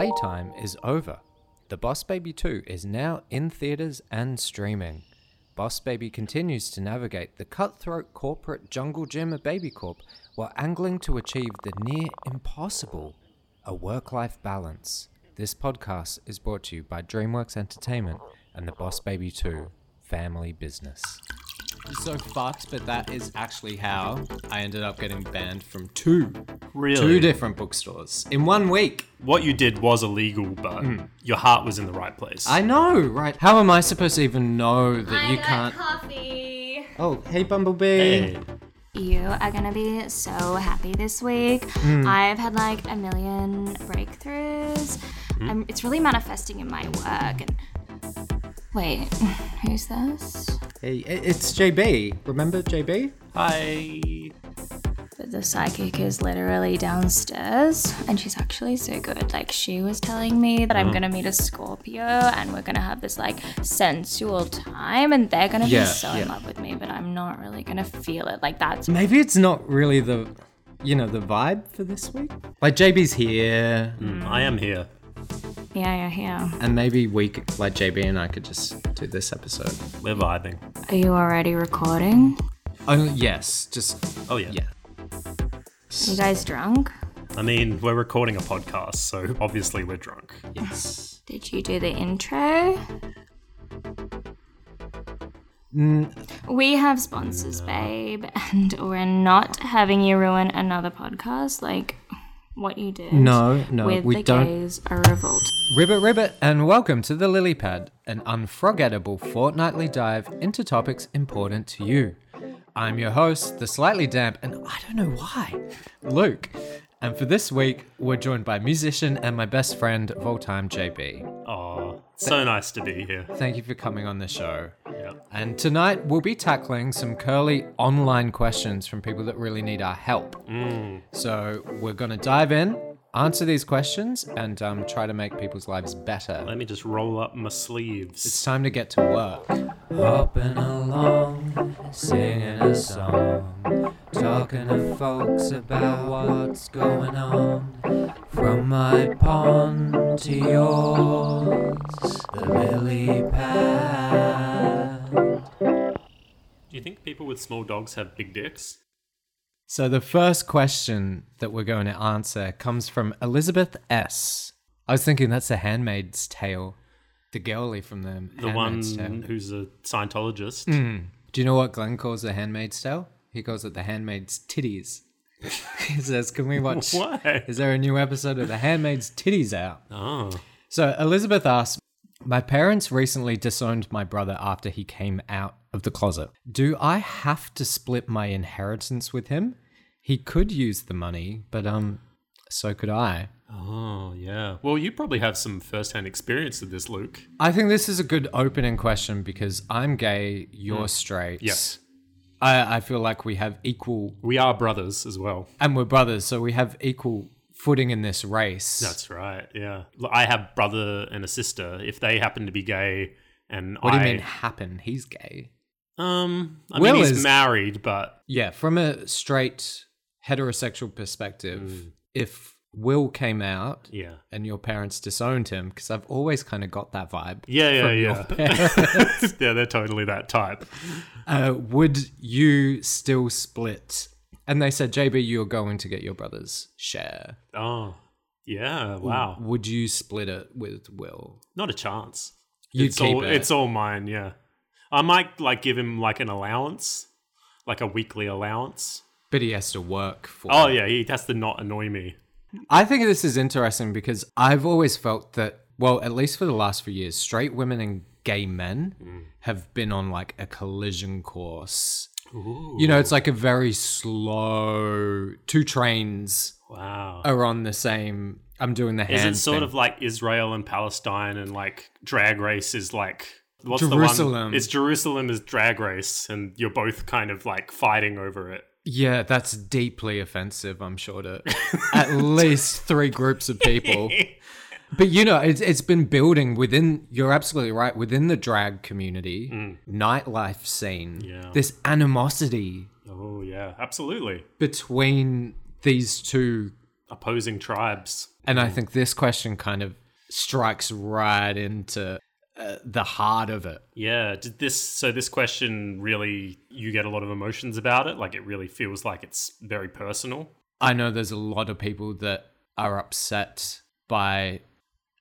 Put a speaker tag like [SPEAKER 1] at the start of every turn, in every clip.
[SPEAKER 1] playtime is over. The Boss Baby 2 is now in theaters and streaming. Boss Baby continues to navigate the cutthroat corporate jungle gym of Baby Corp while angling to achieve the near impossible a work life balance. This podcast is brought to you by DreamWorks Entertainment and the Boss Baby 2 family business. I'm so fucked, but that is actually how I ended up getting banned from two, two
[SPEAKER 2] Really?
[SPEAKER 1] different bookstores in one week.
[SPEAKER 2] what you did was illegal, but your heart was in the right place.
[SPEAKER 1] I know, right? How am I supposed to even know that
[SPEAKER 3] I
[SPEAKER 1] you
[SPEAKER 3] got
[SPEAKER 1] can't?
[SPEAKER 3] coffee.
[SPEAKER 1] Oh, hey, Bumblebee.
[SPEAKER 2] Hey,
[SPEAKER 3] You are gonna be so happy this week.
[SPEAKER 1] Hmm.
[SPEAKER 3] I've had like a million breakthroughs.
[SPEAKER 1] Hmm?
[SPEAKER 3] I'm, it's really manifesting in my work. And wait, who's this?
[SPEAKER 1] Hey, i- it's JB. Remember JB?
[SPEAKER 2] hi.
[SPEAKER 3] But the psychic is literally downstairs, and she's actually so good. Like, she was telling me that
[SPEAKER 1] Hmm.
[SPEAKER 3] I'm gonna meet a Scorpio, and we're gonna have this like sensual time, and they're gonna
[SPEAKER 1] Yeah,
[SPEAKER 3] be so in
[SPEAKER 1] yeah.
[SPEAKER 3] love with me, but I'm not really gonna feel it. Like, that's
[SPEAKER 1] Maybe it's not really the, you know, the vibe for this week. Like JB's here,
[SPEAKER 2] I am here.
[SPEAKER 3] yeah, yeah, yeah.
[SPEAKER 1] and maybe we, could, like JB and I, could just do this episode.
[SPEAKER 2] We're vibing.
[SPEAKER 3] Are you already recording?
[SPEAKER 1] Oh yes, just
[SPEAKER 2] Oh yeah.
[SPEAKER 1] yeah.
[SPEAKER 3] Are you guys drunk?
[SPEAKER 2] I mean, we're recording a podcast, so obviously we're drunk.
[SPEAKER 1] Yes.
[SPEAKER 3] Did you do the intro? We have sponsors, babe, and we're not having you ruin another podcast like what you did.
[SPEAKER 1] No, no,
[SPEAKER 3] with
[SPEAKER 1] we
[SPEAKER 3] the
[SPEAKER 1] don't.
[SPEAKER 3] gays a revolt.
[SPEAKER 1] Ribbit Ribbit, and welcome to the Lily Pad, an unforgettable fortnightly dive into topics important to you. I'm your host, the slightly damp, and I don't know why, Luke. And for this week, we're joined by musician and my best friend of all time, JB.
[SPEAKER 2] Oh, so nice to be here.
[SPEAKER 1] Thank you for coming on the show.
[SPEAKER 2] Yeah.
[SPEAKER 1] And tonight we'll be tackling some curly online questions from people that really need our help. So we're going to dive in, answer these questions, and um, try to make people's lives better.
[SPEAKER 2] Let me just roll up my sleeves.
[SPEAKER 1] It's time to get to work. Hopping along, singing a song, talking to folks about what's going on. From my pond to yours, the lily pad.
[SPEAKER 2] Do you think people with small dogs have big dicks?
[SPEAKER 1] So, the first question that we're going to answer comes from Elizabeth S. I was thinking that's a handmaid's tale. The girly from them.
[SPEAKER 2] The one who's a Scientologist.
[SPEAKER 1] Do you know what Glenn calls the Handmaid's Tale? He calls it the Handmaid's Titties. he says, "Can we watch?
[SPEAKER 2] Why?
[SPEAKER 1] Is there a new episode of the Handmaid's Titties out?"
[SPEAKER 2] Oh,
[SPEAKER 1] So Elizabeth asks, "My parents recently disowned my brother after he came out of the closet. Do I have to split my inheritance with him? He could use the money, but um, so could I."
[SPEAKER 2] oh, yeah. Well, you probably have some first-hand experience of this, Luke.
[SPEAKER 1] I think this is a good opening question because I'm gay, you're straight.
[SPEAKER 2] Yes.
[SPEAKER 1] I, I feel like we have equal
[SPEAKER 2] We are brothers as well.
[SPEAKER 1] and we're brothers, so we have equal footing in this race.
[SPEAKER 2] That's right. Yeah, Look, I have brother and a sister. If they happen to be gay, and
[SPEAKER 1] what
[SPEAKER 2] I,
[SPEAKER 1] do you mean happen? He's gay.
[SPEAKER 2] Um, I
[SPEAKER 1] Will
[SPEAKER 2] mean he's
[SPEAKER 1] is-
[SPEAKER 2] married, but
[SPEAKER 1] Yeah, from a straight heterosexual perspective,
[SPEAKER 2] Hmm.
[SPEAKER 1] if Will came out
[SPEAKER 2] yeah,
[SPEAKER 1] and your parents disowned him, because I've always kind of got that vibe.
[SPEAKER 2] yeah, yeah,
[SPEAKER 1] from your
[SPEAKER 2] yeah.
[SPEAKER 1] parents,
[SPEAKER 2] yeah, they're totally that type.
[SPEAKER 1] uh, would you still split? And they said, JB, you're going to get your brother's share.
[SPEAKER 2] Oh, yeah. Wow,
[SPEAKER 1] Would you split it with Will?
[SPEAKER 2] not a chance.
[SPEAKER 1] You'd
[SPEAKER 2] it's
[SPEAKER 1] keep
[SPEAKER 2] all,
[SPEAKER 1] it.
[SPEAKER 2] It's all mine. Yeah, I might like give him like an allowance, like a weekly allowance.
[SPEAKER 1] But he has to work for
[SPEAKER 2] Oh yeah, he has to not annoy me.
[SPEAKER 1] I think this is interesting because I've always felt that, well, at least for the last few years, straight women and gay men
[SPEAKER 2] Mm.
[SPEAKER 1] have been on like a collision course. You know, it's like a very slow, two trains
[SPEAKER 2] Wow.
[SPEAKER 1] are on the same. I'm doing the
[SPEAKER 2] Is
[SPEAKER 1] hand
[SPEAKER 2] it sort
[SPEAKER 1] thing.
[SPEAKER 2] of like Israel and Palestine and like drag race is like what's the
[SPEAKER 1] Jerusalem.
[SPEAKER 2] one? It's Jerusalem is drag race and you're both kind of like fighting over it.
[SPEAKER 1] yeah, that's deeply offensive, I'm sure, to at least three groups of people. But you know, it's it's been building within. You're absolutely right within the drag community, nightlife scene.
[SPEAKER 2] Yeah.
[SPEAKER 1] This animosity
[SPEAKER 2] Oh yeah, absolutely.
[SPEAKER 1] between these two
[SPEAKER 2] opposing tribes.
[SPEAKER 1] And I think this question kind of strikes right into uh, the heart of it.
[SPEAKER 2] Yeah, did this so this question really you get a lot of emotions about it, like it really feels like it's very personal.
[SPEAKER 1] I know there's a lot of people that are upset by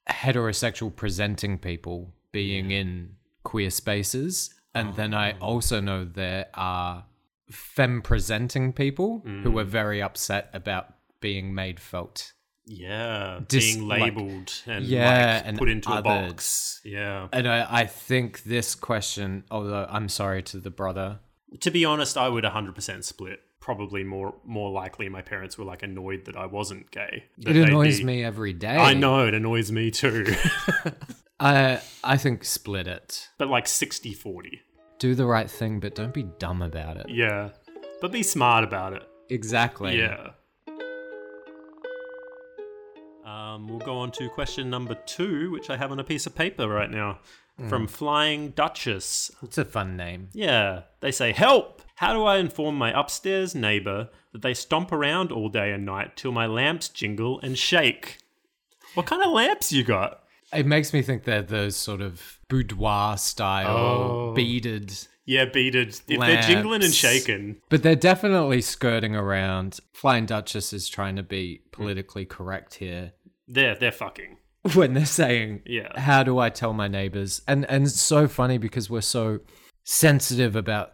[SPEAKER 1] heterosexual presenting people being in queer spaces. And then I
[SPEAKER 2] Oh.
[SPEAKER 1] also know there are femme presenting people who are
[SPEAKER 2] Mm.
[SPEAKER 1] very upset about being made felt.
[SPEAKER 2] Yeah,
[SPEAKER 1] Dis-
[SPEAKER 2] being
[SPEAKER 1] like-
[SPEAKER 2] labeled and
[SPEAKER 1] Yeah,
[SPEAKER 2] like
[SPEAKER 1] and
[SPEAKER 2] put into a
[SPEAKER 1] othered.
[SPEAKER 2] box. Yeah.
[SPEAKER 1] And I, I think this question, although I'm sorry to the brother,
[SPEAKER 2] To be honest, I would 100% split. Probably more more likely my parents were like annoyed that I wasn't gay. that
[SPEAKER 1] it
[SPEAKER 2] they'd
[SPEAKER 1] annoys
[SPEAKER 2] be-
[SPEAKER 1] me every day.
[SPEAKER 2] I know it annoys me too.
[SPEAKER 1] I, I think split it.
[SPEAKER 2] but like 60/40.
[SPEAKER 1] Do the right thing, but don't be dumb about it.
[SPEAKER 2] Yeah. But be smart about it.
[SPEAKER 1] Exactly.
[SPEAKER 2] Yeah. Um, we'll go on to question number two, which I have on a piece of paper right now
[SPEAKER 1] Hmm.
[SPEAKER 2] from Flying Duchess.
[SPEAKER 1] It's a fun name.
[SPEAKER 2] Yeah, they say, Help! How do I inform my upstairs neighbor that they stomp around all day and night till my lamps jingle and shake? What kind of lamps you got?
[SPEAKER 1] It makes me think they're those sort of boudoir style,
[SPEAKER 2] Oh.
[SPEAKER 1] beaded.
[SPEAKER 2] Yeah, beaded. If
[SPEAKER 1] Lamps.
[SPEAKER 2] they're jingling and shaking.
[SPEAKER 1] But they're definitely skirting around. Flying Duchess is trying to be
[SPEAKER 2] Mm.
[SPEAKER 1] politically correct here
[SPEAKER 2] They're, they're fucking.
[SPEAKER 1] when they're saying,
[SPEAKER 2] Yeah.
[SPEAKER 1] How do I tell my neighbors? And, and it's so funny because we're so sensitive about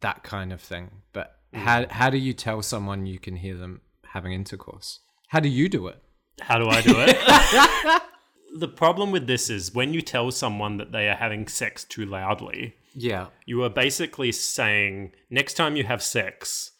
[SPEAKER 1] that kind of thing. But
[SPEAKER 2] Mm.
[SPEAKER 1] how, how do you tell someone you can hear them having intercourse? How do you do it?
[SPEAKER 2] How do I do it? the problem with this is when you tell someone that they are having sex too loudly,
[SPEAKER 1] Yeah.
[SPEAKER 2] you are basically saying next time you have sex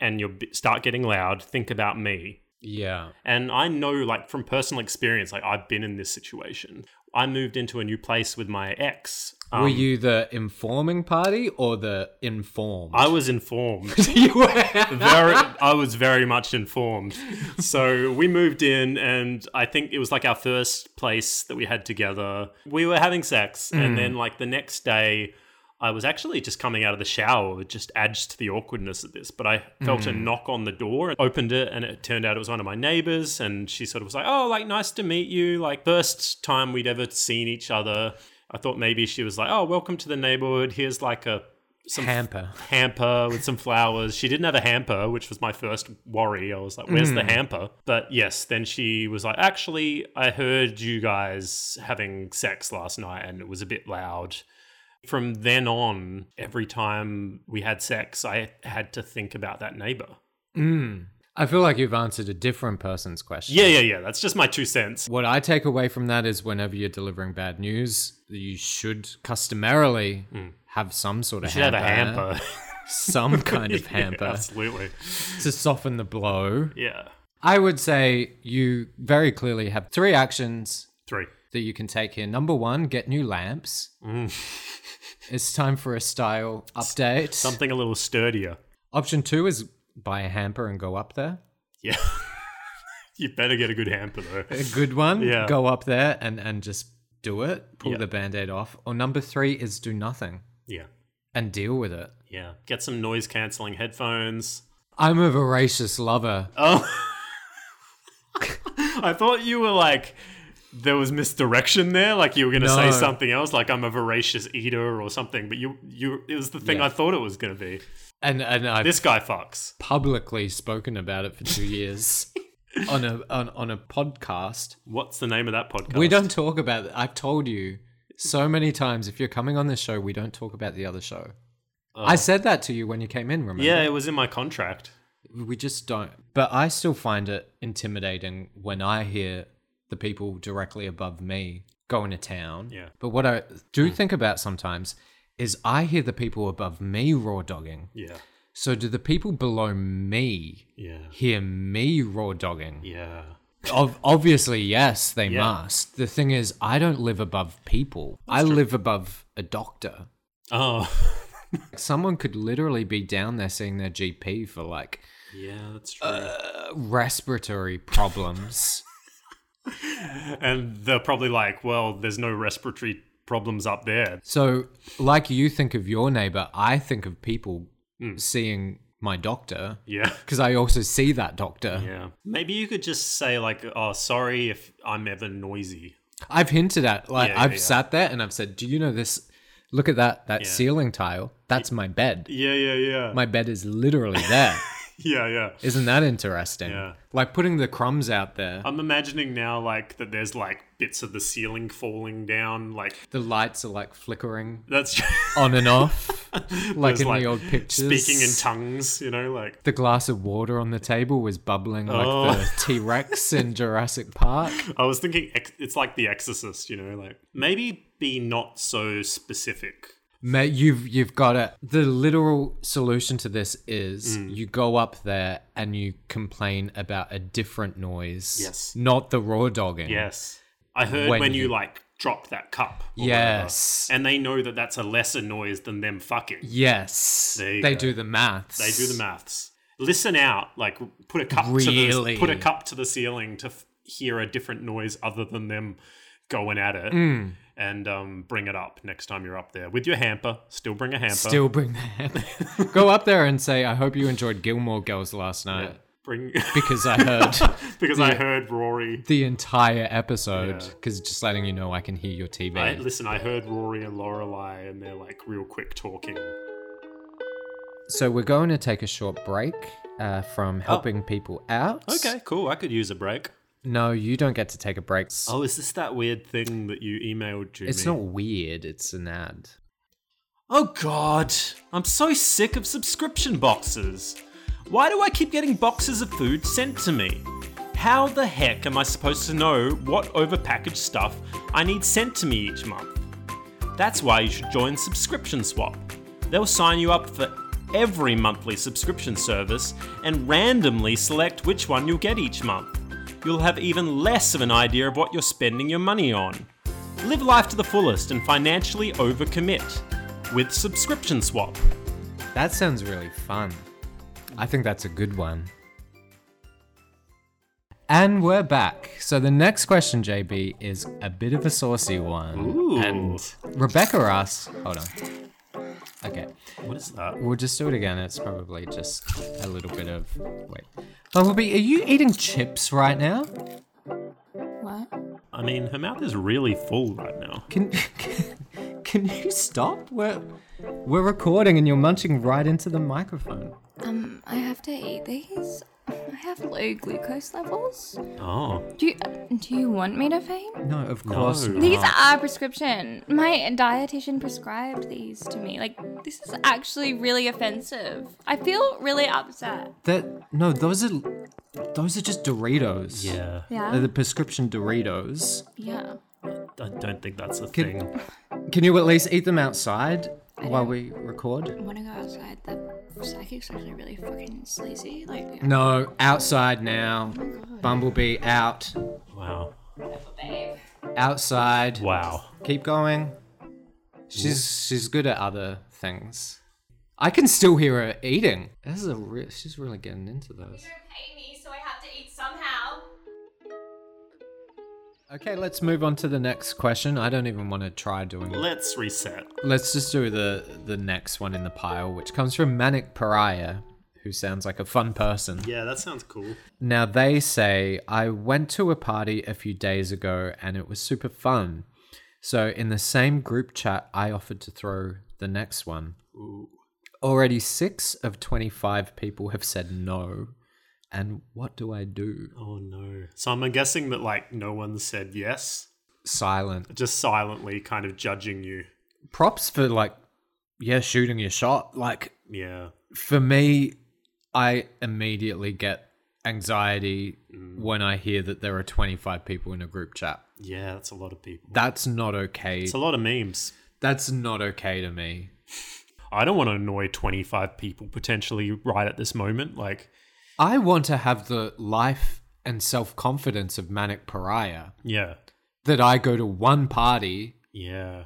[SPEAKER 2] and you b- start getting loud, think about me.
[SPEAKER 1] Yeah.
[SPEAKER 2] And I know, like, from personal experience, like, I've been in this situation. I moved into a new place with my ex. Um,
[SPEAKER 1] Were you the informing party or the informed?
[SPEAKER 2] I was informed.
[SPEAKER 1] you were.
[SPEAKER 2] very I was very much informed. So we moved in and I think it was like our first place that we had together. We were having sex and then like the next day I was actually just coming out of the shower. It just adds to the awkwardness of this. But I felt a knock on the door and opened it, and it turned out it was one of my neighbors. And she sort of was like, Oh, like, nice to meet you. Like, first time we'd ever seen each other. I thought maybe she was like, Oh, welcome to the neighborhood. Here's like a some
[SPEAKER 1] Hamper.
[SPEAKER 2] hamper with some flowers. She didn't have a hamper, which was my first worry. I was like, where's the hamper? But yes, then she was like, actually, I heard you guys having sex last night and it was a bit loud. From then on, every time we had sex, I had to think about that neighbor.
[SPEAKER 1] I feel like you've answered a different person's question.
[SPEAKER 2] Yeah, yeah, yeah. That's just my two cents.
[SPEAKER 1] What I take away from that is whenever you're delivering bad news, you should customarily
[SPEAKER 2] Mm.
[SPEAKER 1] have some sort of
[SPEAKER 2] She had
[SPEAKER 1] hamper,
[SPEAKER 2] a hamper.
[SPEAKER 1] some kind of
[SPEAKER 2] Yeah,
[SPEAKER 1] hamper
[SPEAKER 2] absolutely.
[SPEAKER 1] to soften the blow.
[SPEAKER 2] Yeah.
[SPEAKER 1] I would say you very clearly have three actions
[SPEAKER 2] Three.
[SPEAKER 1] that you can take here. Number one, get new lamps.
[SPEAKER 2] Mm.
[SPEAKER 1] it's time for a style update.
[SPEAKER 2] Something a little sturdier.
[SPEAKER 1] Option two is buy a hamper and go up there.
[SPEAKER 2] Yeah. you better get a good hamper, though.
[SPEAKER 1] A good one.
[SPEAKER 2] Yeah.
[SPEAKER 1] Go up there and, and just do it. Pull
[SPEAKER 2] Yeah.
[SPEAKER 1] the band aid off. Or number three is do nothing
[SPEAKER 2] Yeah.
[SPEAKER 1] and deal with it.
[SPEAKER 2] Yeah. Get some noise cancelling headphones.
[SPEAKER 1] I'm a voracious lover.
[SPEAKER 2] Oh. I thought you were like, there was misdirection there. Like you were going to
[SPEAKER 1] No.
[SPEAKER 2] say something else, like I'm a voracious eater or something. But you, you, it was the thing
[SPEAKER 1] Yeah.
[SPEAKER 2] I thought it was going to be.
[SPEAKER 1] And and I've
[SPEAKER 2] This guy fucks.
[SPEAKER 1] publicly spoken about it for two years on a on, on a podcast.
[SPEAKER 2] What's the name of that podcast?
[SPEAKER 1] We don't talk about it. I've told you so many times if you're coming on this show, we don't talk about the other show. I said that to you when you came in, remember?
[SPEAKER 2] Uh-huh. Yeah, it was in my contract.
[SPEAKER 1] We just don't. But I still find it intimidating when I hear the people directly above me going to town.
[SPEAKER 2] Yeah. Hmm.
[SPEAKER 1] But what I do think about sometimes is I hear the people above me raw dogging.
[SPEAKER 2] Yeah.
[SPEAKER 1] So do the people below me
[SPEAKER 2] Yeah.
[SPEAKER 1] hear me raw dogging?
[SPEAKER 2] Yeah.
[SPEAKER 1] Ob- obviously, yes, they
[SPEAKER 2] Yeah.
[SPEAKER 1] must. The thing is, I don't live above people. I live above a doctor.
[SPEAKER 2] Oh.
[SPEAKER 1] Someone could literally be down there seeing their GP for like
[SPEAKER 2] Yeah, that's true.
[SPEAKER 1] Uh. respiratory problems.
[SPEAKER 2] and they're probably like, well, there's no respiratory problems up there.
[SPEAKER 1] so, like you think of your neighbor, I think of people seeing my doctor
[SPEAKER 2] Hmm. Yeah.
[SPEAKER 1] because I also see that doctor.
[SPEAKER 2] Yeah. Maybe you could just say like, "Oh, sorry if I'm ever noisy."
[SPEAKER 1] I've hinted at like
[SPEAKER 2] Yeah, yeah,
[SPEAKER 1] I've
[SPEAKER 2] yeah.
[SPEAKER 1] sat there and I've said, "Do you know this? Look at that that ceiling tile. That's my bed.
[SPEAKER 2] Yeah, yeah, yeah.
[SPEAKER 1] My bed is literally there.
[SPEAKER 2] yeah, yeah.
[SPEAKER 1] Isn't that interesting?
[SPEAKER 2] Yeah. Uh,
[SPEAKER 1] Like putting the crumbs out there.
[SPEAKER 2] I'm imagining now like that there's like bits of the ceiling falling down like
[SPEAKER 1] the lights are like flickering
[SPEAKER 2] that's
[SPEAKER 1] on and off, like
[SPEAKER 2] there's,
[SPEAKER 1] in the old pictures.
[SPEAKER 2] Speaking in tongues, you know, like
[SPEAKER 1] The glass of water on the table was bubbling like
[SPEAKER 2] Oh.
[SPEAKER 1] the T Rex in Jurassic Park.
[SPEAKER 2] I was thinking ex- it's like the exorcist, you know, like maybe be not so specific.
[SPEAKER 1] Mate, you've you've got it. The literal solution to this is
[SPEAKER 2] Mm.
[SPEAKER 1] you go up there and you complain about a different noise.
[SPEAKER 2] Yes.
[SPEAKER 1] Not the raw dogging.
[SPEAKER 2] Yes. I heard
[SPEAKER 1] When
[SPEAKER 2] when, you,
[SPEAKER 1] you-
[SPEAKER 2] like drop that cup. or
[SPEAKER 1] Yes.
[SPEAKER 2] whatever, and they know that that's a lesser noise than them fucking.
[SPEAKER 1] Yes.
[SPEAKER 2] There you
[SPEAKER 1] They
[SPEAKER 2] go.
[SPEAKER 1] do the maths.
[SPEAKER 2] They do the maths. Listen out, like put a cup to
[SPEAKER 1] Really?
[SPEAKER 2] the, put a cup to the ceiling to f- hear a different noise other than them going at it, and um, bring it up next time you're up there with your hamper. Still bring a hamper.
[SPEAKER 1] Still bring that. go up there and say, I hope you enjoyed Gilmore Girls last night
[SPEAKER 2] bring
[SPEAKER 1] because I heard
[SPEAKER 2] because I heard Rory.
[SPEAKER 1] the entire episode.
[SPEAKER 2] Yeah.
[SPEAKER 1] Because just letting you know, I can hear your TV.
[SPEAKER 2] I, listen, I heard Rory and Lorelai, and they're like real quick talking.
[SPEAKER 1] So we're going to take a short break uh,
[SPEAKER 2] Oh.
[SPEAKER 1] from helping people out.
[SPEAKER 2] cool. I could use a break.
[SPEAKER 1] No, you don't get to take a break.
[SPEAKER 2] Oh, is this that weird thing that you emailed to
[SPEAKER 1] It's
[SPEAKER 2] me?
[SPEAKER 1] not weird, it's an ad.
[SPEAKER 2] Oh god, I'm so sick of subscription boxes. Why do I keep getting boxes of food sent to me? How the heck am I supposed to know what overpackaged stuff I need sent to me each month? That's why you should join Subscription Swap. They'll sign you up for every monthly subscription service and randomly select which one you'll get each month. You'll have even less of an idea of what you're spending your money on. Live life to the fullest and financially overcommit with Subscription Swap.
[SPEAKER 1] That sounds really fun. I think that's a good one. And we're back. So the next question, JB, is a bit of a saucy one.
[SPEAKER 2] Ooh.
[SPEAKER 1] And Rebecca asks, hold on. Okay,
[SPEAKER 2] What is that?
[SPEAKER 1] we'll just do it again. It's probably just a little bit of. Wait. Bumblebee, are you eating chips right now?
[SPEAKER 3] What?
[SPEAKER 2] I mean, her mouth is really full right now.
[SPEAKER 1] Can can, can you stop? We're we're recording and you're munching right into the microphone.
[SPEAKER 3] Um, I have to eat these. I have low glucose levels.
[SPEAKER 2] Oh,
[SPEAKER 3] Do you, do you want me to faint?
[SPEAKER 1] No, of course.
[SPEAKER 2] No.
[SPEAKER 1] not.
[SPEAKER 3] These are prescription. My dietitian prescribed these to me. Like, this is actually really offensive. I feel really upset.
[SPEAKER 1] That no, those are those are just Doritos.
[SPEAKER 2] yeah.
[SPEAKER 1] They're
[SPEAKER 3] Yeah.
[SPEAKER 1] the prescription Doritos.
[SPEAKER 3] Yeah.
[SPEAKER 2] I don't think that's a
[SPEAKER 1] Can-
[SPEAKER 2] thing.
[SPEAKER 1] Can you at least eat them outside while we record?
[SPEAKER 3] I want to go outside. The psychic's actually really fucking sleazy. Like,
[SPEAKER 1] No, outside now. Bumblebee out.
[SPEAKER 2] Wow.
[SPEAKER 3] babe.
[SPEAKER 1] Outside.
[SPEAKER 2] Wow.
[SPEAKER 1] Keep going. She's she's good at other things. I can still hear her eating. This is a re- she's really getting into those.
[SPEAKER 3] Pay me, so I have to eat somehow.
[SPEAKER 1] Okay, let's move on to the next question. I don't even want to try doing
[SPEAKER 2] Let's reset.
[SPEAKER 1] Let's just do the the next one in the pile, which comes from Manic Pariah, who sounds like a fun person.
[SPEAKER 2] Yeah, that sounds cool.
[SPEAKER 1] Now they say, I went to a party a few days ago and it was super fun. So in the same group chat, I offered to throw the next one. Already six of twenty-five people have said no. And what do I do?
[SPEAKER 2] Oh no. So I'm guessing that like no one said yes,
[SPEAKER 1] Silent.
[SPEAKER 2] just silently kind of judging you.
[SPEAKER 1] Props for like yeah, shooting your shot. Like
[SPEAKER 2] Yeah.
[SPEAKER 1] for me, I immediately get anxiety
[SPEAKER 2] Mm.
[SPEAKER 1] when I hear that there are 25 people in a group chat.
[SPEAKER 2] Yeah, that's a lot of people.
[SPEAKER 1] That's not okay.
[SPEAKER 2] It's a lot of memes.
[SPEAKER 1] That's not okay to me.
[SPEAKER 2] I don't want to annoy 25 people potentially right at this moment. Like,
[SPEAKER 1] I want to have the life and self confidence of Manic Pariah
[SPEAKER 2] yeah.
[SPEAKER 1] that I go to one party
[SPEAKER 2] Yeah.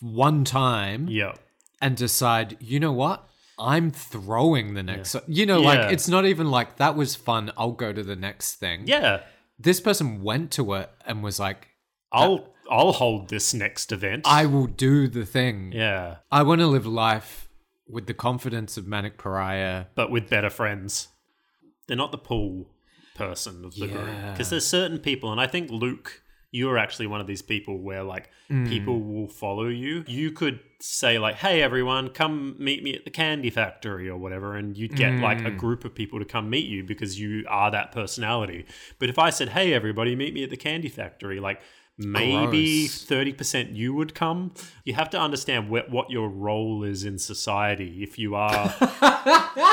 [SPEAKER 1] one time
[SPEAKER 2] Yeah.
[SPEAKER 1] and decide, you know what? I'm throwing the next. You know,
[SPEAKER 2] Yeah.
[SPEAKER 1] like it's not even like that was fun. I'll go to the next thing.
[SPEAKER 2] Yeah.
[SPEAKER 1] This person went to it and was like,
[SPEAKER 2] I'll I'll hold this next event.
[SPEAKER 1] I will do the thing.
[SPEAKER 2] yeah.
[SPEAKER 1] I want to live life with the confidence of Manic Pariah.
[SPEAKER 2] but with better friends. They're not the pool person of the group
[SPEAKER 1] Yeah.
[SPEAKER 2] because there's certain people, and I think Luke, you are actually one of these people where like
[SPEAKER 1] Hmm.
[SPEAKER 2] people will follow you. You could say like, "Hey everyone, come meet me at the candy factory" or whatever, and you'd
[SPEAKER 1] Hmm.
[SPEAKER 2] get like a group of people to come meet you because you are that personality. But if I said, "Hey everybody, meet me at the candy factory," like maybe
[SPEAKER 1] Gross.
[SPEAKER 2] 30% you would come you have to understand wh- what your role is in society if you are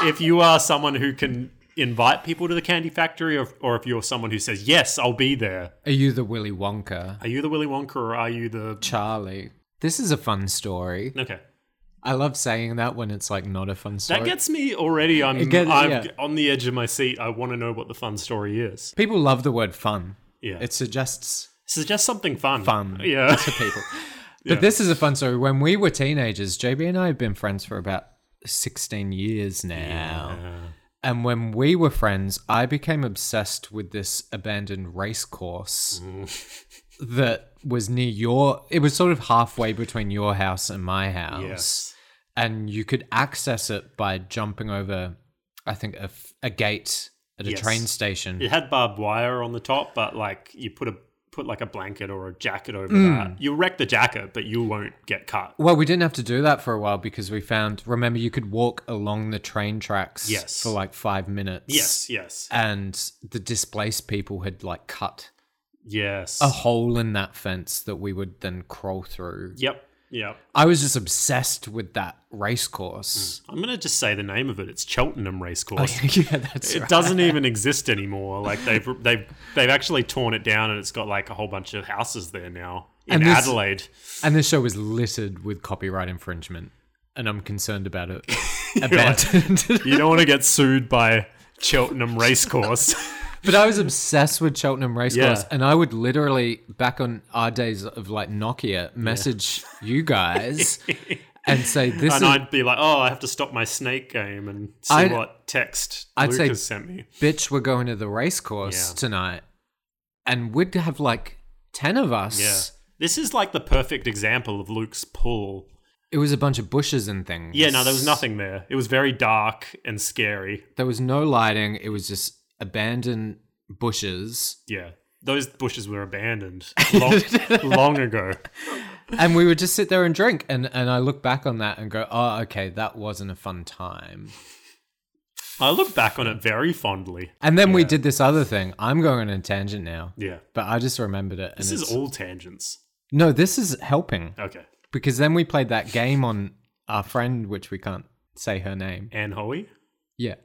[SPEAKER 2] if you are someone who can invite people to the candy factory or, or if you're someone who says yes i'll be there
[SPEAKER 1] Are you the Willy Wonka?
[SPEAKER 2] are you the willy wonka or are you the
[SPEAKER 1] Charlie. This is a fun story.
[SPEAKER 2] okay
[SPEAKER 1] I love saying that when it's like not a fun story.
[SPEAKER 2] that gets me already i'm,
[SPEAKER 1] It gets-
[SPEAKER 2] I'm
[SPEAKER 1] yeah.
[SPEAKER 2] on the edge of my seat i want to know what the fun story is
[SPEAKER 1] People love the word fun.
[SPEAKER 2] yeah
[SPEAKER 1] It
[SPEAKER 2] it's
[SPEAKER 1] suggests
[SPEAKER 2] suggest something fun
[SPEAKER 1] Fun.
[SPEAKER 2] yeah
[SPEAKER 1] to people. But this is a fun story. When we were teenagers, JB and I have been friends for about 16 years now. And when we were friends, I became obsessed with this abandoned race course
[SPEAKER 2] Mm.
[SPEAKER 1] that was near your, it was sort of halfway between your house and my house.
[SPEAKER 2] yes
[SPEAKER 1] And you could access it by jumping over, I think, a, f- a gate at a
[SPEAKER 2] Yes.
[SPEAKER 1] train station.
[SPEAKER 2] it had barbed wire on the top but like you put a put like a blanket or a jacket over
[SPEAKER 1] Mm.
[SPEAKER 2] that you'll wreck the jacket but you won't get cut
[SPEAKER 1] Well, we didn't have to do that for a while because we found, remember, you could walk along the train tracks
[SPEAKER 2] Yes.
[SPEAKER 1] for like five minutes.
[SPEAKER 2] yes yes
[SPEAKER 1] And the displaced people had like cut
[SPEAKER 2] yes
[SPEAKER 1] a hole in that fence that we would then crawl through.
[SPEAKER 2] yep yep
[SPEAKER 1] I was just obsessed with that race course.
[SPEAKER 2] I'm gonna just say the name of it. It's Cheltenham Racecourse.
[SPEAKER 1] yeah, that's
[SPEAKER 2] Mm. it
[SPEAKER 1] right.
[SPEAKER 2] doesn't even exist anymore. Like they've they've they've actually torn it down, and it's got like a whole bunch of houses there now in
[SPEAKER 1] And this-
[SPEAKER 2] Adelaide.
[SPEAKER 1] And this show was littered with copyright infringement. And I'm concerned about it.
[SPEAKER 2] right.
[SPEAKER 1] Abandoned.
[SPEAKER 2] You don't want to get sued by Cheltenham Racecourse.
[SPEAKER 1] But I was obsessed with Cheltenham Racecourse,
[SPEAKER 2] Yeah.
[SPEAKER 1] and I would literally back on our days of like Nokia message you guys and say this
[SPEAKER 2] and
[SPEAKER 1] is
[SPEAKER 2] I'd be like, oh, I have to stop my snake game and see
[SPEAKER 1] I'd-
[SPEAKER 2] what text
[SPEAKER 1] I'd
[SPEAKER 2] Luke
[SPEAKER 1] say-
[SPEAKER 2] has sent me.
[SPEAKER 1] bitch we're going to the racecourse
[SPEAKER 2] Yeah.
[SPEAKER 1] tonight, and we'd have like ten of us.
[SPEAKER 2] Yeah, this is like the perfect example of Luke's pull.
[SPEAKER 1] It was a bunch of bushes and things.
[SPEAKER 2] Yeah, no, there was nothing there. It was very dark and scary.
[SPEAKER 1] There was no lighting. It was just abandoned bushes,
[SPEAKER 2] Yeah, those bushes were abandoned long, long ago.
[SPEAKER 1] and we would just sit there and drink. And and I look back on that and go, oh, okay, that wasn't a fun time.
[SPEAKER 2] I look back on it very fondly.
[SPEAKER 1] And then we did this other thing. I'm going on a tangent now.
[SPEAKER 2] Yeah.
[SPEAKER 1] But I just remembered it. And
[SPEAKER 2] This is
[SPEAKER 1] it's-
[SPEAKER 2] all tangents.
[SPEAKER 1] no, this is helping
[SPEAKER 2] Okay.
[SPEAKER 1] because then we played that game on our friend, which we can't say her name.
[SPEAKER 2] Anne Hoey?
[SPEAKER 1] Yeah,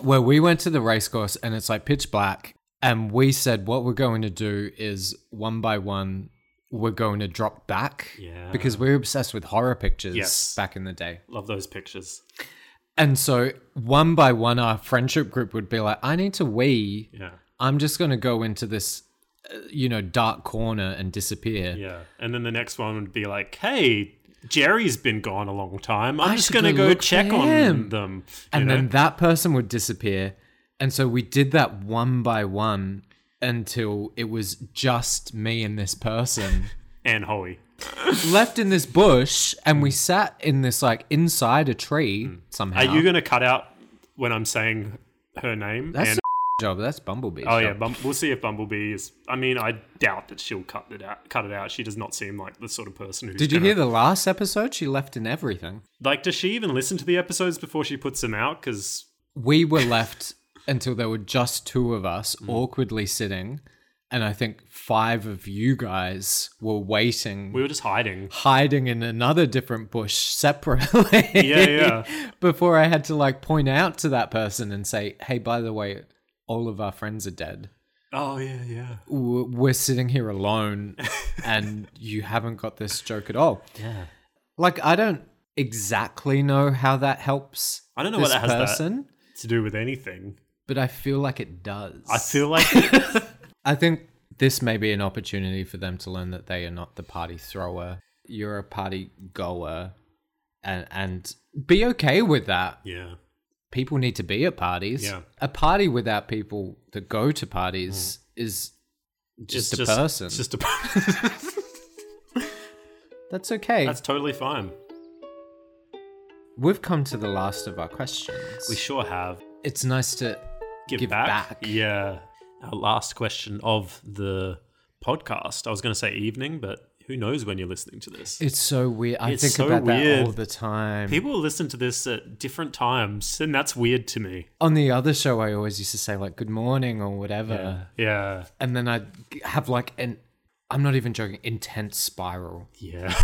[SPEAKER 1] where we went to the racecourse and it's like pitch black, and we said what we're going to do is one by one we're going to drop back.
[SPEAKER 2] Yeah.
[SPEAKER 1] Because we were obsessed with horror pictures
[SPEAKER 2] Yes.
[SPEAKER 1] back in the day.
[SPEAKER 2] Love those pictures.
[SPEAKER 1] And so one by one, our friendship group would be like, I need to wee.
[SPEAKER 2] Yeah.
[SPEAKER 1] I'm just going to go into this, uh, you know, dark corner and disappear.
[SPEAKER 2] Yeah. And then the next one would be like, hey, Jerry's been gone a long time. I'm
[SPEAKER 1] I
[SPEAKER 2] just
[SPEAKER 1] should
[SPEAKER 2] going to
[SPEAKER 1] go
[SPEAKER 2] go
[SPEAKER 1] look for
[SPEAKER 2] check on
[SPEAKER 1] him."
[SPEAKER 2] them. you
[SPEAKER 1] and
[SPEAKER 2] know?
[SPEAKER 1] then that person would disappear. And so we did that one by one until it was just me and this person
[SPEAKER 2] Anne Hoey.
[SPEAKER 1] left in this bush. And we sat in this, like, inside a tree somehow.
[SPEAKER 2] Hmm. Are you going to cut out when I'm saying her name?
[SPEAKER 1] That's
[SPEAKER 2] Anne-
[SPEAKER 1] a job. That's Bumblebee.
[SPEAKER 2] Oh yeah, Bum- we'll see if Bumblebee is. I mean, I doubt that she'll cut it out. Cut it out. She does not seem like the sort of person who's.
[SPEAKER 1] Did you
[SPEAKER 2] gonna-
[SPEAKER 1] hear the last episode? She left in everything.
[SPEAKER 2] Like, does she even listen to the episodes before she puts them out? Because
[SPEAKER 1] we were left until there were just two of us
[SPEAKER 2] Hmm.
[SPEAKER 1] awkwardly sitting and i think five of you guys were waiting
[SPEAKER 2] we were just hiding.
[SPEAKER 1] hiding in another different bush separately
[SPEAKER 2] Yeah,
[SPEAKER 1] before i had to like point out to that person and say hey by the way all of our friends are dead
[SPEAKER 2] Oh yeah, yeah.
[SPEAKER 1] W- we're sitting here alone and you haven't got this joke at all
[SPEAKER 2] Yeah.
[SPEAKER 1] like i don't exactly know how that helps
[SPEAKER 2] I don't know
[SPEAKER 1] this
[SPEAKER 2] what that has that-
[SPEAKER 1] person
[SPEAKER 2] to do with anything.
[SPEAKER 1] but i feel like it does
[SPEAKER 2] I feel like
[SPEAKER 1] I think this may be an opportunity for them to learn that they are not the party thrower. You're a party goer, and and be okay with that.
[SPEAKER 2] yeah,
[SPEAKER 1] People need to be at parties.
[SPEAKER 2] Yeah.
[SPEAKER 1] A party without people that go to parties
[SPEAKER 2] Mm.
[SPEAKER 1] is just
[SPEAKER 2] It's
[SPEAKER 1] a person.
[SPEAKER 2] It's just a person.
[SPEAKER 1] That's okay.
[SPEAKER 2] That's totally fine.
[SPEAKER 1] We've come to the last of our questions.
[SPEAKER 2] We sure have.
[SPEAKER 1] it's nice to
[SPEAKER 2] Give,
[SPEAKER 1] Give back.
[SPEAKER 2] Yeah. Our last question of the podcast. I was going to say evening, but who knows when you're listening to this?
[SPEAKER 1] It's so weird. I
[SPEAKER 2] It's
[SPEAKER 1] think
[SPEAKER 2] so
[SPEAKER 1] about that
[SPEAKER 2] weird.
[SPEAKER 1] all the time.
[SPEAKER 2] People listen to this at different times, and that's weird to me.
[SPEAKER 1] On the other show, I always used to say like "good morning" or whatever,
[SPEAKER 2] Yeah.
[SPEAKER 1] and then I have like an I'm not even joking intense spiral,
[SPEAKER 2] Yeah.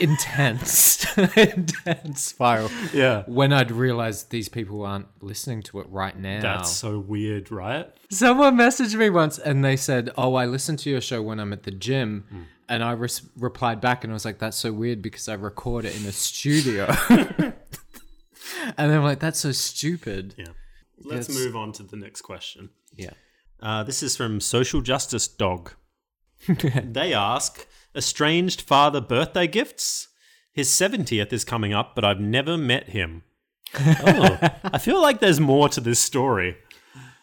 [SPEAKER 1] intense, intense spiral.
[SPEAKER 2] yeah.
[SPEAKER 1] When I'd realize these people aren't listening to it right now.
[SPEAKER 2] That's so weird, right?
[SPEAKER 1] Someone messaged me once and they said, "Oh, I listen to your show when I'm at the gym."
[SPEAKER 2] Hmm.
[SPEAKER 1] And I res- replied back and I was like, "That's so weird because I record it in a studio." and I'm like, "That's so stupid."
[SPEAKER 2] Yeah. Let's
[SPEAKER 1] Yes.
[SPEAKER 2] move on to the next question.
[SPEAKER 1] Yeah.
[SPEAKER 2] Uh, this is from Social Justice Dog. they ask Estranged father birthday gifts? His 70th is coming up, but I've never met him. oh, I feel like there's more to this story.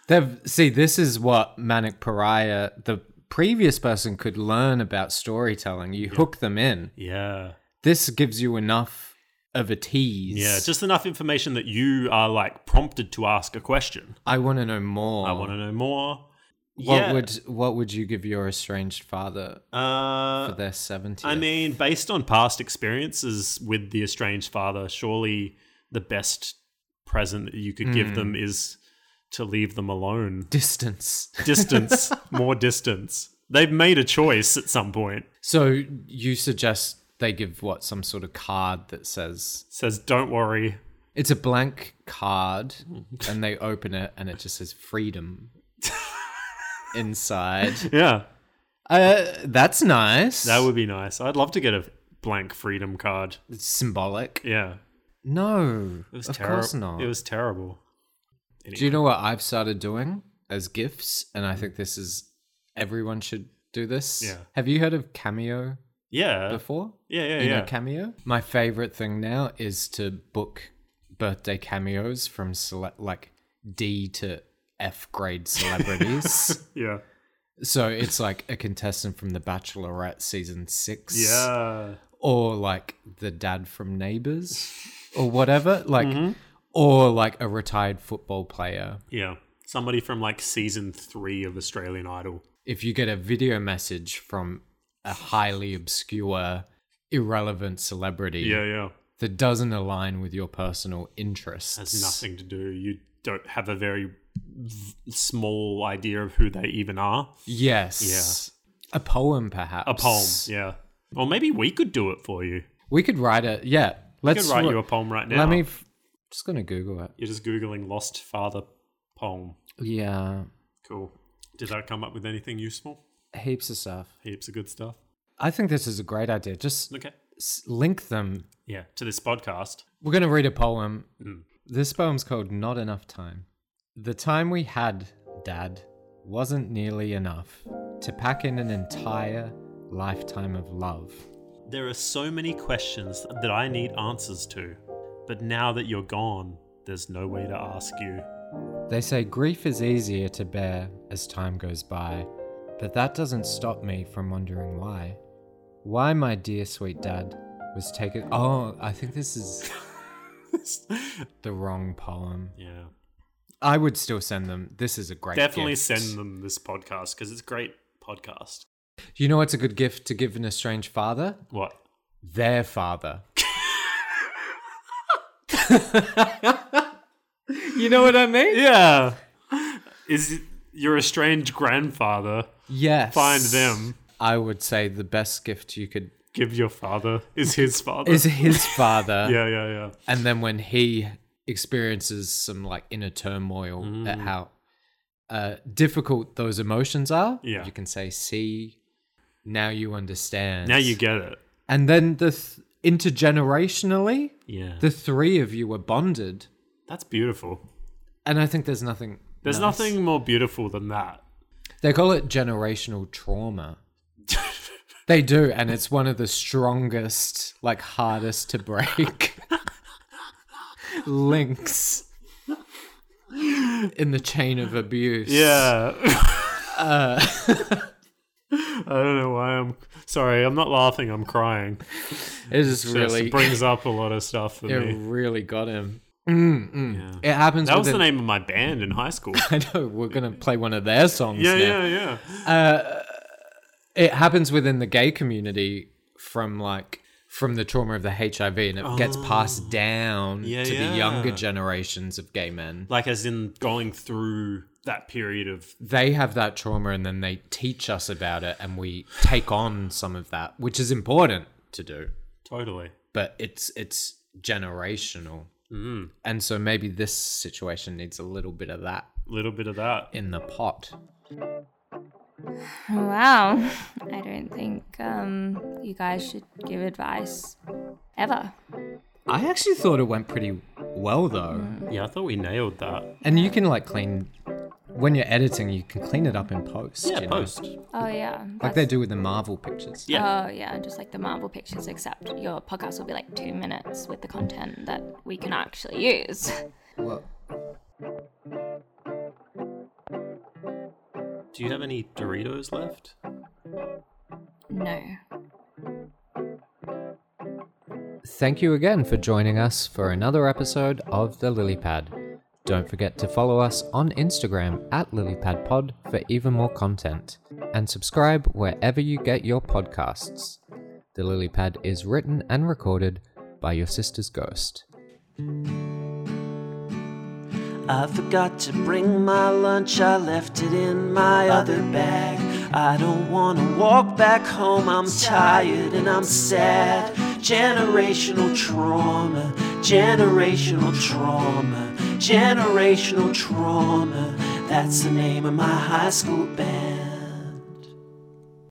[SPEAKER 1] They've see this is what manic pariah the previous person could learn about storytelling. You hook them in.
[SPEAKER 2] Yeah.
[SPEAKER 1] This gives you enough of a tease.
[SPEAKER 2] Yeah. Just enough information that you are like prompted to ask a question.
[SPEAKER 1] I want to know more.
[SPEAKER 2] I want to know more.
[SPEAKER 1] Oh. What would what would you give your estranged father
[SPEAKER 2] Uh,
[SPEAKER 1] for their 70th?
[SPEAKER 2] I mean, based on past experiences with the estranged father, surely the best present that you could
[SPEAKER 1] Hmm.
[SPEAKER 2] give them is to leave them alone.
[SPEAKER 1] distance.
[SPEAKER 2] Distance, more distance. They've made a choice at some point.
[SPEAKER 1] So you suggest they give what some sort of card that says
[SPEAKER 2] Says, don't worry.
[SPEAKER 1] it's a blank card, and they open it and it just says freedom inside.
[SPEAKER 2] Yeah,
[SPEAKER 1] Uh, that's nice.
[SPEAKER 2] that would be nice. I'd love to get a blank freedom card.
[SPEAKER 1] It's symbolic.
[SPEAKER 2] Yeah,
[SPEAKER 1] No,
[SPEAKER 2] it was
[SPEAKER 1] of
[SPEAKER 2] terrible.
[SPEAKER 1] course not.
[SPEAKER 2] It was terrible.
[SPEAKER 1] Do you know what I've started doing as gifts? And I think this is everyone should do this.
[SPEAKER 2] Yeah.
[SPEAKER 1] Have you heard of Cameo
[SPEAKER 2] Yeah,
[SPEAKER 1] before?
[SPEAKER 2] yeah, yeah,
[SPEAKER 1] you
[SPEAKER 2] yeah.
[SPEAKER 1] know cameo my favorite thing now is to book birthday cameos from select like d to f grade celebrities
[SPEAKER 2] yeah,
[SPEAKER 1] so it's like a contestant from the bachelorette season six
[SPEAKER 2] yeah.
[SPEAKER 1] or like the dad from neighbors or whatever like
[SPEAKER 2] Mm-hmm.
[SPEAKER 1] or like a retired football player
[SPEAKER 2] Yeah. Somebody from like season three of Australian Idol.
[SPEAKER 1] if you get a video message from a highly obscure irrelevant celebrity
[SPEAKER 2] Yeah, yeah.
[SPEAKER 1] that doesn't align with your personal interests
[SPEAKER 2] has nothing to do. You don't have a very v- small idea of who they even are.
[SPEAKER 1] Yes. A poem, perhaps.
[SPEAKER 2] A poem, yeah. Or maybe we could do it for you.
[SPEAKER 1] We could write a yeah.
[SPEAKER 2] We
[SPEAKER 1] Let's
[SPEAKER 2] could write
[SPEAKER 1] wri-
[SPEAKER 2] you a poem right now.
[SPEAKER 1] Let me. F- just gonna Google it.
[SPEAKER 2] You're just googling "lost father poem."
[SPEAKER 1] Yeah,
[SPEAKER 2] Cool. Did I come up with anything useful?
[SPEAKER 1] heaps of stuff.
[SPEAKER 2] Heaps of good stuff.
[SPEAKER 1] I think this is a great idea. Just
[SPEAKER 2] Okay.
[SPEAKER 1] s- link them.
[SPEAKER 2] Yeah. To this podcast.
[SPEAKER 1] We're gonna read a poem.
[SPEAKER 2] Mm.
[SPEAKER 1] This poem's called "Not Enough Time." The time we had, Dad, wasn't nearly enough to pack in an entire lifetime of love.
[SPEAKER 2] There are so many questions that I need answers to, but now that you're gone, there's no way to ask you.
[SPEAKER 1] They say grief is easier to bear as time goes by, but that doesn't stop me from wondering why. Why my dear sweet dad was taken. Oh, I think this is the wrong poem.
[SPEAKER 2] yeah.
[SPEAKER 1] I would still send them. This is a great
[SPEAKER 2] Definitely
[SPEAKER 1] gift.
[SPEAKER 2] send them this podcast because it's a great podcast.
[SPEAKER 1] You know what's a good gift to give an estranged father?
[SPEAKER 2] What?
[SPEAKER 1] Their father. you know what I mean?
[SPEAKER 2] Yeah. Is your estranged grandfather
[SPEAKER 1] Yes.
[SPEAKER 2] find them?
[SPEAKER 1] I would say the best gift you could
[SPEAKER 2] Give your father is his father.
[SPEAKER 1] is his father.
[SPEAKER 2] yeah, yeah, yeah.
[SPEAKER 1] and then when he experiences some like inner turmoil at how uh, difficult those emotions are,
[SPEAKER 2] Yeah.
[SPEAKER 1] you can say, "See, now you understand."
[SPEAKER 2] Now you get it.
[SPEAKER 1] and then the th- intergenerationally,
[SPEAKER 2] Yeah.
[SPEAKER 1] the three of you were bonded,
[SPEAKER 2] That's beautiful.
[SPEAKER 1] and I think there's nothing.
[SPEAKER 2] There's
[SPEAKER 1] nice-
[SPEAKER 2] nothing more beautiful than that.
[SPEAKER 1] They call it generational trauma. they do, and it's one of the strongest, like hardest to break links in the chain of abuse.
[SPEAKER 2] Yeah. I don't know why I'm sorry. I'm not laughing. I'm crying.
[SPEAKER 1] It just
[SPEAKER 2] Just
[SPEAKER 1] really,
[SPEAKER 2] brings up a lot of stuff for
[SPEAKER 1] it
[SPEAKER 2] me.
[SPEAKER 1] really got him. Mm, mm. It happens.
[SPEAKER 2] That was
[SPEAKER 1] with
[SPEAKER 2] the
[SPEAKER 1] it-
[SPEAKER 2] name of my band in high school.
[SPEAKER 1] I know we're gonna play one of their songs.
[SPEAKER 2] Yeah,
[SPEAKER 1] now.
[SPEAKER 2] yeah, yeah.
[SPEAKER 1] It happens within the gay community from like from the trauma of the HIV, and it gets passed down
[SPEAKER 2] Oh. Yeah,
[SPEAKER 1] to
[SPEAKER 2] yeah.
[SPEAKER 1] the younger generations of gay men.
[SPEAKER 2] Like as in going through that period of
[SPEAKER 1] they have that trauma and then they teach us about it and we take on some of that which is important to do
[SPEAKER 2] totally.
[SPEAKER 1] but it's it's generational
[SPEAKER 2] Mm.
[SPEAKER 1] and so maybe this situation needs a little bit of that
[SPEAKER 2] Little bit of that.
[SPEAKER 1] in the pot
[SPEAKER 3] Wow. I don't think um, you guys should give advice ever.
[SPEAKER 1] i actually thought it went pretty well though
[SPEAKER 2] Yeah, I thought we nailed that.
[SPEAKER 1] and you can like clean when you're editing you can clean it up in post
[SPEAKER 2] Yeah,
[SPEAKER 1] you know?
[SPEAKER 2] post.
[SPEAKER 3] Oh, yeah.
[SPEAKER 1] like they do with the marvel pictures
[SPEAKER 2] Yeah.
[SPEAKER 3] Oh, yeah. Just like the Marvel pictures, except your podcast will be like two minutes with the content that we can actually use.
[SPEAKER 1] well,
[SPEAKER 2] Do you have any Doritos left?
[SPEAKER 3] No.
[SPEAKER 4] Thank you again for joining us for another episode of The Lily Pad. Don't forget to follow us on Instagram at LilypadPod for even more content and subscribe wherever you get your podcasts. The Lily Pad is written and recorded by your sister's ghost.
[SPEAKER 5] I forgot to bring my lunch, I left it in my other bag. I don't wanna walk back home, I'm tired and I'm sad. Generational trauma, generational trauma, generational trauma. That's the name of my high school band.